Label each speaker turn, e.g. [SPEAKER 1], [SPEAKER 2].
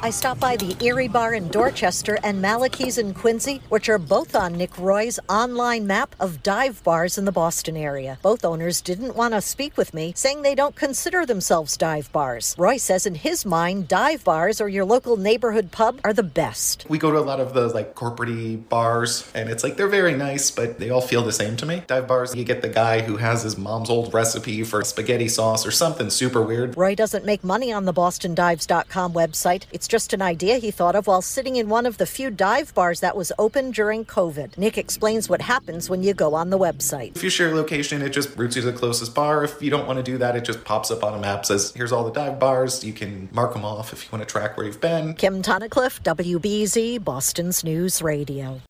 [SPEAKER 1] I stopped by the Erie Bar in Dorchester and Malachi's in Quincy, which are both on Nick Roy's online map of dive bars in the Boston area. Both owners didn't want to speak with me, saying they don't consider themselves dive bars. Roy says in his mind, dive bars or your local neighborhood pub are the best.
[SPEAKER 2] We go to a lot of those like corporate bars, and it's like they're very nice, but they all feel the same to me. Dive bars, you get the guy who has his mom's old recipe for spaghetti sauce or something super weird.
[SPEAKER 1] Roy doesn't make money on the BostonDives.com website. It's just an idea he thought of while sitting in one of the few dive bars that was open during COVID. Nick explains what happens when you go on the website.
[SPEAKER 2] If you share a location, it just routes you to the closest bar. If you don't want to do that, it just pops up on a map, says, here's all the dive bars. You can mark them off if you want to track where you've been.
[SPEAKER 1] Kim Tonicliffe, WBZ, Boston's News Radio.